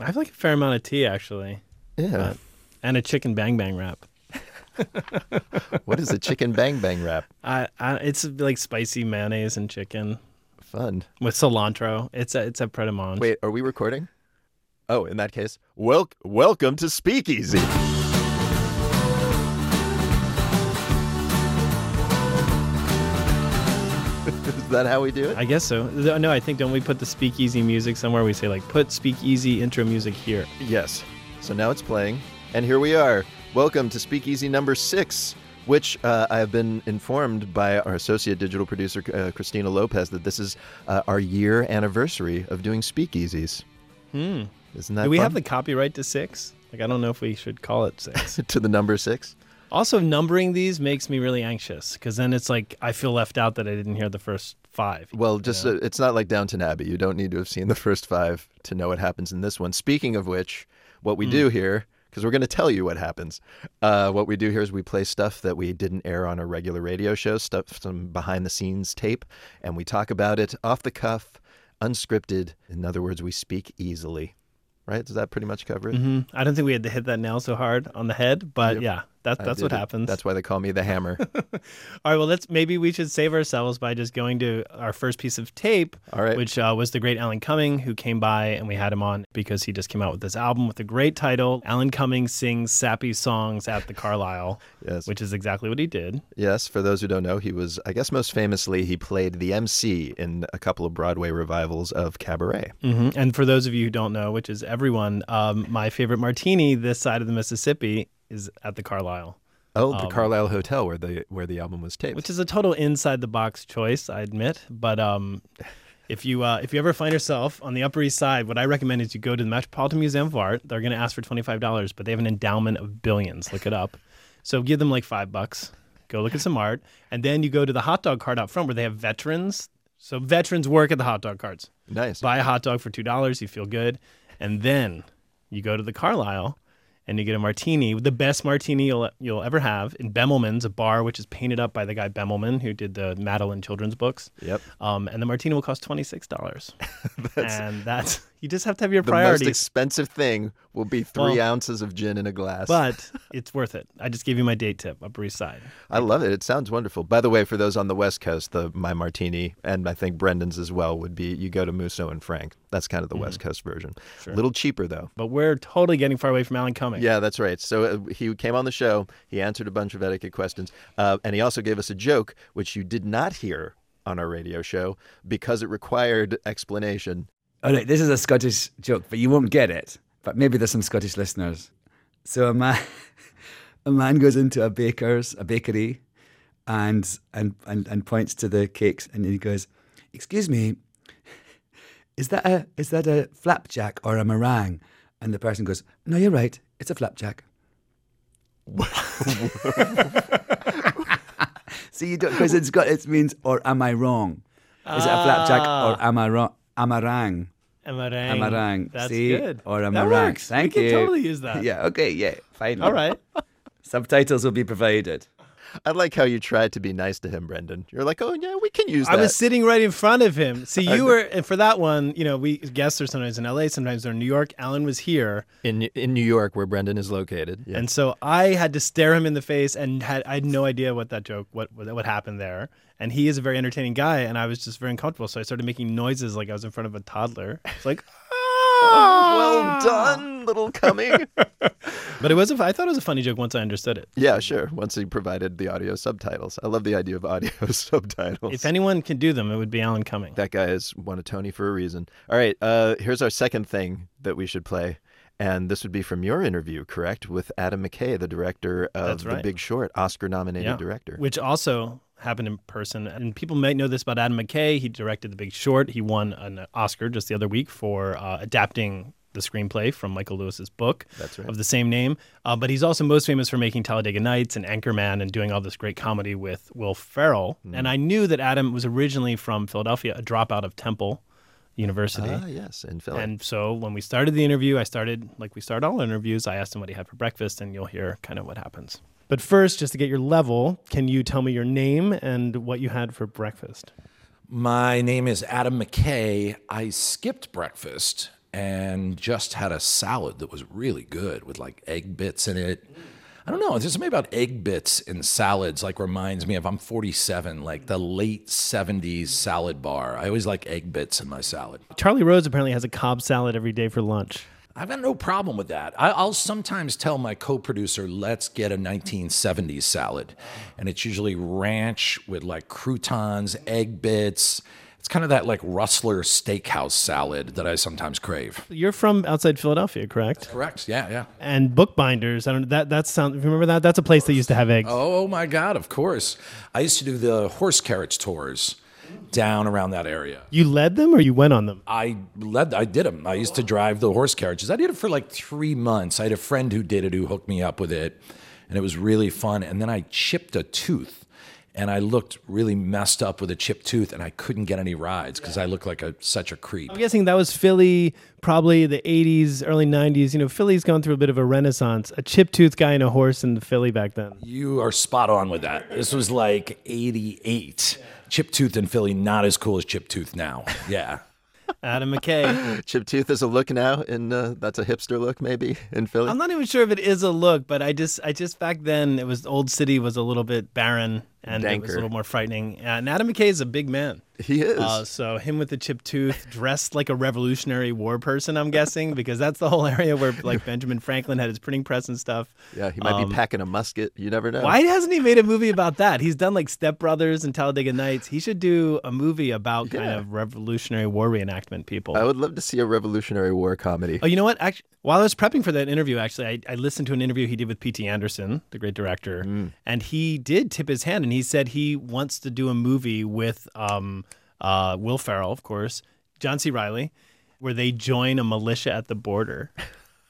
I have like a fair amount of tea actually, Yeah. and a chicken bang bang wrap. what is a chicken bang bang wrap? I, I it's like spicy mayonnaise and chicken Fun. with cilantro. It's a it's a pret a manger. Wait, are we recording? Oh, in that case, wel- welcome to Speakeasy. is that how we do it? I guess so. Th- No, I think don't we put the speakeasy music somewhere? We say like put speakeasy intro music here. Yes. So now it's playing, and here we are. Welcome to Speakeasy number six, which uh, I have been informed by our associate digital producer, uh, Christina Lopez, that this is uh, our year anniversary of doing speakeasies. Hmm. Isn't that Do we fun? have the copyright to six? Like I don't know if we should call it six. to the number six? also, numbering these makes me really anxious because then it's like I feel left out that I didn't hear the first five. Well, just uh, it's not like Downton Abbey. You don't need to have seen the first five to know what happens in this one. Speaking of which, what we Hmm. do here, because we're going to tell you what happens. Uh, what we do here is we play stuff that we didn't air on a regular radio show, stuff some behind the scenes tape, and we talk about it off the cuff, unscripted. In other words, we speak easily. Right? Does that pretty much cover it? Mhm. I don't think we had to hit that nail so hard on the head, but yeah, that, I that's did what it. happens. That's why they call me the hammer. All right, well, let's maybe we should save ourselves by just going to our first piece of tape, All right. which uh, was the great Alan Cumming, who came by and we had him on because he just came out with this album with a great title. Alan Cumming sings sappy songs at the Carlisle, Yes. which is exactly what he did. Yes, for those who don't know, he was, I guess, most famously, he played the MC in a couple of Broadway revivals of Cabaret. hmm And for those of you who don't know, which is everyone, um, my favorite martini this side of the Mississippi is at the Carlisle. Oh, the Carlisle Hotel, where the where the album was taped. which is a total inside the box choice, I admit. But um, if you uh, if you ever find yourself on the Upper East Side, what I recommend is you go to the Metropolitan Museum of Art. They're going to ask for twenty five dollars, but they have an endowment of billions. Look it up. So give them like five bucks. Go look at some art, and then you go to the hot dog cart out front where they have veterans. So veterans work at the hot dog carts. nice. Buy a hot dog for two dollars, you feel good, and then you go to the Carlisle and you get a martini, the best martini you'll you'll ever have in Bemelman's, a bar which is painted up by the guy Bemelman who did the Madeline children's books. Yep. Um, and the martini will cost twenty six dollars, That's and that's you just have to have your the priorities. most expensive thing will be three Well, ounces of gin in a glass. but it's worth it. I just gave you my date tip, Upper East Side. I love it. It sounds wonderful. By the way, for those on the West Coast, the my martini and I think Brendan's as well would be you go to Musso and Frank. That's kind of Mm-hmm. the West Coast version. A little cheaper though. But we're totally getting far away from Alan Cumming. Yeah, that's right. So uh, he came on the show. He answered a bunch of etiquette questions, uh, and he also gave us a joke which you did not hear on our radio show because it required explanation. Oh, look, this is a Scottish joke, but you won't get it. But maybe there's some Scottish listeners. So a man, a man goes into a baker's, a bakery, and and and, and points to the cakes, and he goes, "Excuse me, is that a is that a flapjack or a meringue?" And the person goes, "No, you're right. It's a flapjack." so you don't because it's got it means or am I wrong? Is it a flapjack or am I wrong? Amarang. a meringue. A meringue. That's See? good. Or a that meringue. Works. Thank we you. Can totally use that. Yeah, okay, yeah, fine. All right. Subtitles will be provided. I like how you tried to be nice to him, Brendan. You're like, oh yeah, we can use I that. was sitting right in front of him. See, you were and for that one. You know, we guests are sometimes in L.A., sometimes they're in New York. Alan was here, in in New York, where Brendan is located. Yeah. and so I had to stare him in the face, and had I had no idea what that joke, what what what happened there. And he is a very entertaining guy, and I was just very uncomfortable. So I started making noises like I was in front of a toddler. It's like, Ah, well done, little Cumming. but it was. A, I thought it was a funny joke once I understood it. yeah, sure. Once he provided the audio subtitles, I love the idea of audio subtitles. If anyone can do them, it would be Alan Cumming. That guy has won a Tony for a reason. All right, uh, here's our second thing that we should play. And this would be from your interview, correct, with Adam McKay, the director of That's The right. Big Short, Oscar nominated Yeah. director. Which also happened in person. And people might know this about Adam McKay. He directed The Big Short. He won an Oscar just the other week for uh, adapting the screenplay from Michael Lewis's book That's right. of the same name. Uh, but he's also most famous for making Talladega Nights and Anchorman and doing all this great comedy with Will Ferrell. Hmm. And I knew that Adam was originally from Philadelphia, a dropout of Temple University. Ah, yes, in Philly. And so when we started the interview, I started like we start all interviews. I asked him what he had for breakfast, and you'll hear kind of what happens. But first, just to get your level, can you tell me your name and what you had for breakfast? My name is Adam McKay. I skipped breakfast and just had a salad that was really good with like egg bits in it. I don't know. There's something about egg bits in salads like reminds me of I'm 47, like the late 70s salad bar. I always like egg bits in my salad. Charlie Rose apparently has a Cobb salad every day for lunch. I've got no problem with that. I, I'll sometimes tell my co-producer, "Let's get a 1970s salad," and it's usually ranch with like croutons, egg bits. It's kind of that like Rustler Steakhouse salad that I sometimes crave. You're from outside Philadelphia, correct? Correct? Yeah, yeah. And bookbinders. I don't that that sound. if you Remember that? That's a place that used to have eggs. Oh my God! Of course, I used to do the horse carriage tours down around that area. You led them or you went on them? I led. I did them. I used to drive the horse carriages. I did it for like three months. I had a friend who did it who hooked me up with it, and it was really fun. And then I chipped a tooth, and I looked really messed up with a chipped tooth, and I couldn't get any rides because I looked like a such a creep. I'm guessing that was Philly, probably the 80s, early 90s. You know, Philly's gone through a bit of a renaissance. A chip tooth guy and a horse in Philly back then. You are spot on with that. This was like '88. Chip tooth in Philly, not as cool as chip tooth now. Yeah. Adam McKay. Chip tooth is a look now, and uh, that's a hipster look maybe in Philly. I'm not even sure if it is a look, but I just, I just back then it was old city was a little bit barren and it was Danker. a little more frightening. Uh, and Adam McKay is a big man. he is. Uh, so him with the chip tooth, dressed like a Revolutionary War person, I'm guessing, because that's the whole area where like Benjamin Franklin had his printing press and stuff. yeah, he might be packing a musket. You never know. um, Why hasn't he made a movie about that? He's done like Step Brothers and Talladega Nights. He should do a movie about kind Yeah. of Revolutionary War reenactment people. I would love to see a Revolutionary War comedy. Oh, you know what? Actually, while I was prepping for that interview, actually, I, I listened to an interview he did with P.T. Anderson, the great director, Mm. and he did tip his hand, and he said he wants to do a movie with um, uh, Will Ferrell, of course, John C. Riley, where they join a militia at the border.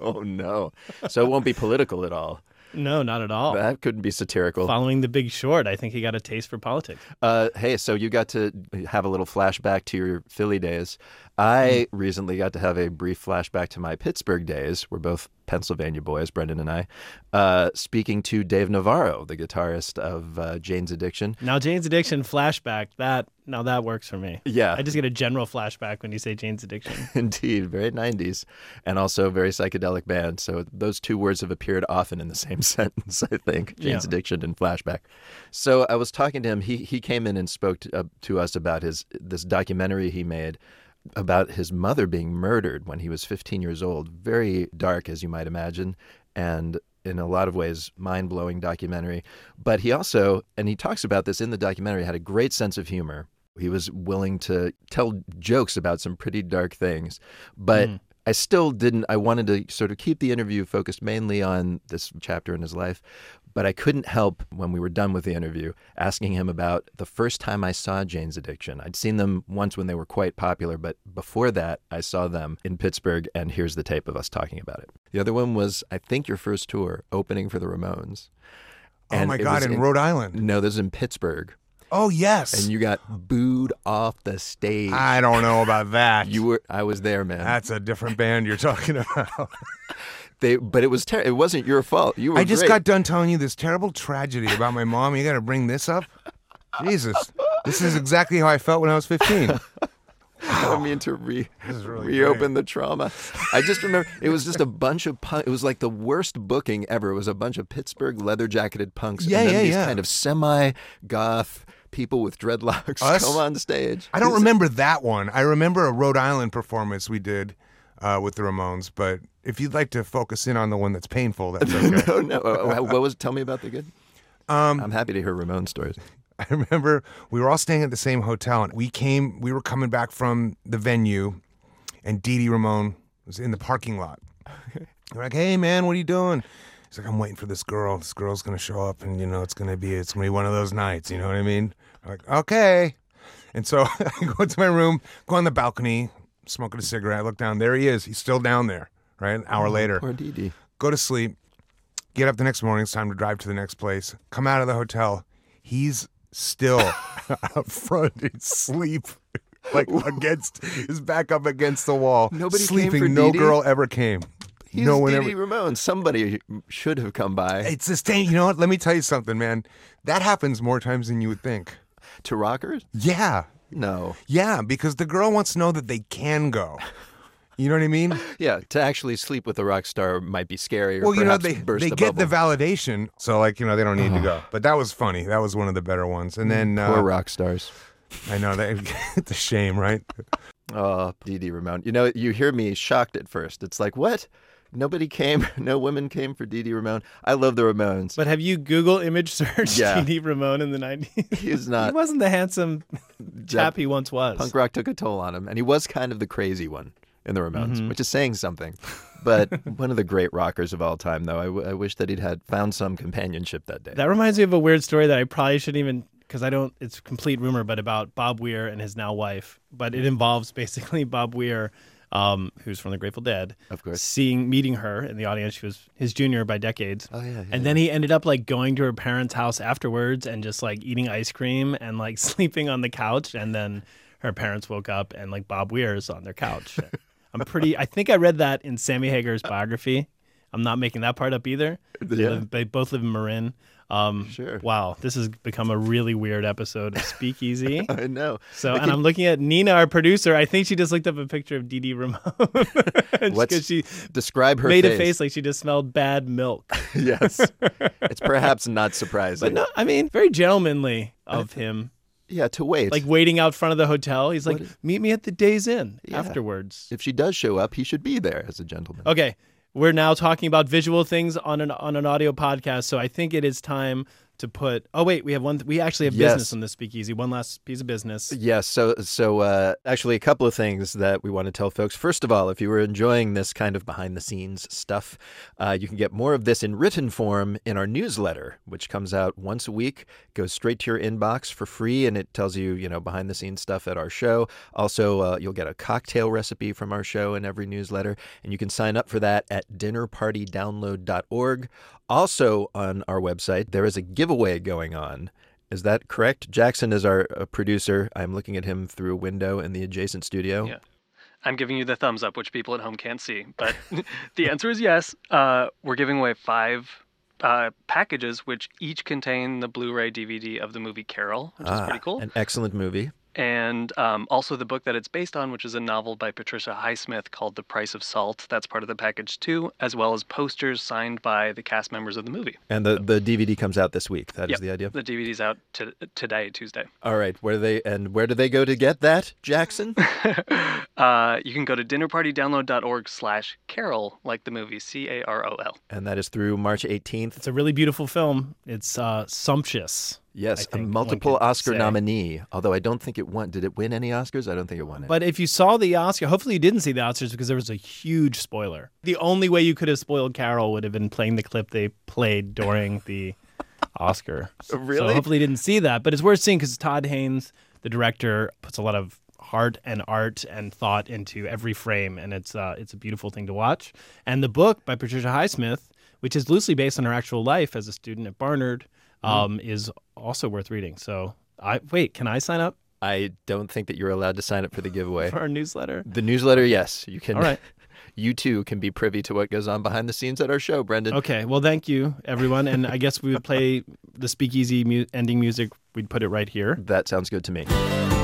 Oh no! So it won't be political at all. No, not at all. That couldn't be satirical. Following The Big Short, I think he got a taste for politics. Uh, hey, so you got to have a little flashback to your Philly days. I recently got to have a brief flashback to my Pittsburgh days. We're both Pennsylvania boys, Brendan and I. Uh, speaking to Dave Navarro, the guitarist of uh, Jane's Addiction. Now, Jane's Addiction flashback. That now that works for me. Yeah. I just get a general flashback when you say Jane's Addiction. Indeed, very 90s and also a very psychedelic band. So those two words have appeared often in the same sentence, I think Jane's Yeah. Addiction and Flashback. So I was talking to him. He, he came in and spoke to, uh, to us about his this documentary he made about his mother being murdered when he was 15 years old. Very dark, as you might imagine. And in a lot of ways mind blowing documentary. But he also, and he talks about this in the documentary, had a great sense of humor. He was willing to tell jokes about some pretty dark things. But Hmm. I still didn't, I wanted to sort of keep the interview focused mainly on this chapter in his life. But I couldn't help when we were done with the interview asking him about the first time I saw Jane's Addiction. I'd seen them once when they were quite popular, but before that, I saw them in Pittsburgh, and here's the tape of us talking about it. The other one was, I think, your first tour opening for the Ramones. oh my it God, was in, Rhode Island. No, this is in Pittsburgh. Oh, yes. And you got booed off the stage. I don't know about that. you were, I was there, man. That's a different band you're talking about. They, but it was ter- It wasn't your fault. You were. I just great. got done telling you this terrible tragedy about my mom. You got to bring this up? Jesus. This is exactly how I felt when I was 15. I don't mean to re- is really reopen the trauma. I just remember it was just a bunch of punk. It was like the worst booking ever. It was a bunch of Pittsburgh leather jacketed punks. Yeah, and then yeah, these yeah. Kind of semi goth people with dreadlocks Us? come on stage. I don't It's- remember that one. I remember a Rhode Island performance we did uh, with the Ramones, but if you'd like to focus in on the one that's painful, that's okay. No, no. Uh, What was? Tell me about the good. Um, I'm happy to hear Ramon stories. I remember we were all staying at the same hotel, and we came. We were coming back from the venue, and Dee Dee Ramone was in the parking lot. We're like, "Hey, man, what are you doing?" He's like, "I'm waiting for this girl. This girl's gonna show up, and you know, it's gonna be it's gonna be one of those nights. You know what I mean?" I'm like, "Okay." And so I go to my room, go on the balcony, smoking a cigarette. I look down. There he is. He's still down there. Right, an hour later Poor Dee Dee. go to sleep, get up the next morning, it's time to drive to the next place, come out of the hotel, he's still up front in sleep. Like against his back up against the wall. Nobody came sleeping. for no Dee Dee? girl ever came. He's no one Dee ever. Dee Ramon. Somebody should have come by It's the same. You know what? Let me tell you something, man. That happens more times than you would think. to rockers. Yeah, No. yeah. Because the girl wants to know that they can go, You know what I mean? Yeah, to actually sleep with a rock star might be scary. Or Well, you know perhaps they burst they a get the bubble. Uh-huh. validation, so like you know they don't need to go. But that was funny. That was one of the better ones. And then Mm, Poor uh, rock stars. I know that it's a shame, right? Oh, DD Ramon. You know, you hear me shocked at first. It's like, what? Nobody came. No women came for DD Ramon. I love the Ramones. But have you Google image searched Yeah. T.D. Ramon in the 90s? He's he not. wasn't the handsome chap he once was. Punk rock took a toll on him, and he was kind of the crazy one in the Ramones, which is saying something. But one of the great rockers of all time, though. I, w- I wish that he'd had found some companionship that day. That reminds me of a weird story that I probably shouldn't even because I don't. It's complete rumor, but about Bob Weir and his now wife. But it involves basically Bob Weir, um, who's from the Grateful Dead, Of course. seeing meeting her in the audience. She was his junior by decades. Oh, yeah, yeah, And then he ended up like going to her parents' house afterwards and just like eating ice cream and like sleeping on the couch. And then her parents woke up and like Bob Weir is on their couch. I'm pretty. I think I read that in Sammy Hager's biography. I'm not making that part up either. They, Yeah. live, they both live in Marin. Um, Sure. Wow, this has become a really weird episode of Speakeasy. I know. So, and I'm looking at Nina, our producer. I think she just looked up a picture of Dee Dee Ramone because What's- she Describe her made face. a face like she just smelled bad milk. yes. It's perhaps not surprising. But no, I mean, very gentlemanly of him. yeah, to wait. Like waiting out front of the hotel. He's like, meet me at the Days Inn afterwards. if she does show up, he should be there as a gentleman. Okay. We're now talking about visual things on an on an audio podcast, so I think it is time to put. Oh wait, we have one. We actually have Yes. business on this speakeasy. One last piece of business. Yes. So, so uh, actually, a couple of things that we want to tell folks. First of all, if you were enjoying this kind of behind the scenes stuff, uh, you can get more of this in written form in our newsletter, which comes out once a week, goes straight to your inbox for free, and it tells you, you know, behind the scenes stuff at our show. Also, uh, you'll get a cocktail recipe from our show in every newsletter, and you can sign up for that at dinnerpartydownload.org. Also, on our website, there is a giveaway going on. Is that correct? Jackson is our uh, producer. I'm looking at him through a window in the adjacent studio. Yeah. I'm giving you the thumbs up, which people at home can't see. But the answer is yes. Uh, we're giving away five uh, packages, which each contain the Blu ray DVD of the movie Carol, which is pretty cool. An excellent movie. And um, also the book that it's based on, which is a novel by Patricia Highsmith called The Price of Salt. That's part of the package, too, as well as posters signed by the cast members of the movie. And the, the DVD comes out this week. That is Yep. the idea. The DVD's out to today, Tuesday. All right. Where do they and where do they go to get that, Jackson? uh, you can go to dinnerpartydownload.org slash carol, like the movie, C A R O L. and that is through March 18th. It's a really beautiful film. It's uh, sumptuous. I Yes, a think one multiple could Oscar say. nominee. Although I don't think it won. Did it win any Oscars? I don't think it won. Any. But if you saw the Oscar, hopefully you didn't see the Oscars because there was a huge spoiler. The only way you could have spoiled Carol would have been playing the clip they played during the Oscar. Really? So hopefully you didn't see that. But it's worth seeing because Todd Haynes, the director, puts a lot of heart and art and thought into every frame, and it's uh, it's a beautiful thing to watch. And the book by Patricia Highsmith, which is loosely based on her actual life as a student at Barnard, um, is also worth reading. So. I, wait, can I sign up I don't think that you're allowed to sign up for the giveaway. for our newsletter? The newsletter, yes, you can. All right. You too can be privy to what goes on behind the scenes at our show, Brendan. Okay. Well, thank you, everyone. And I guess we would play the speakeasy mu- ending music. We'd put it right here. That sounds good to me.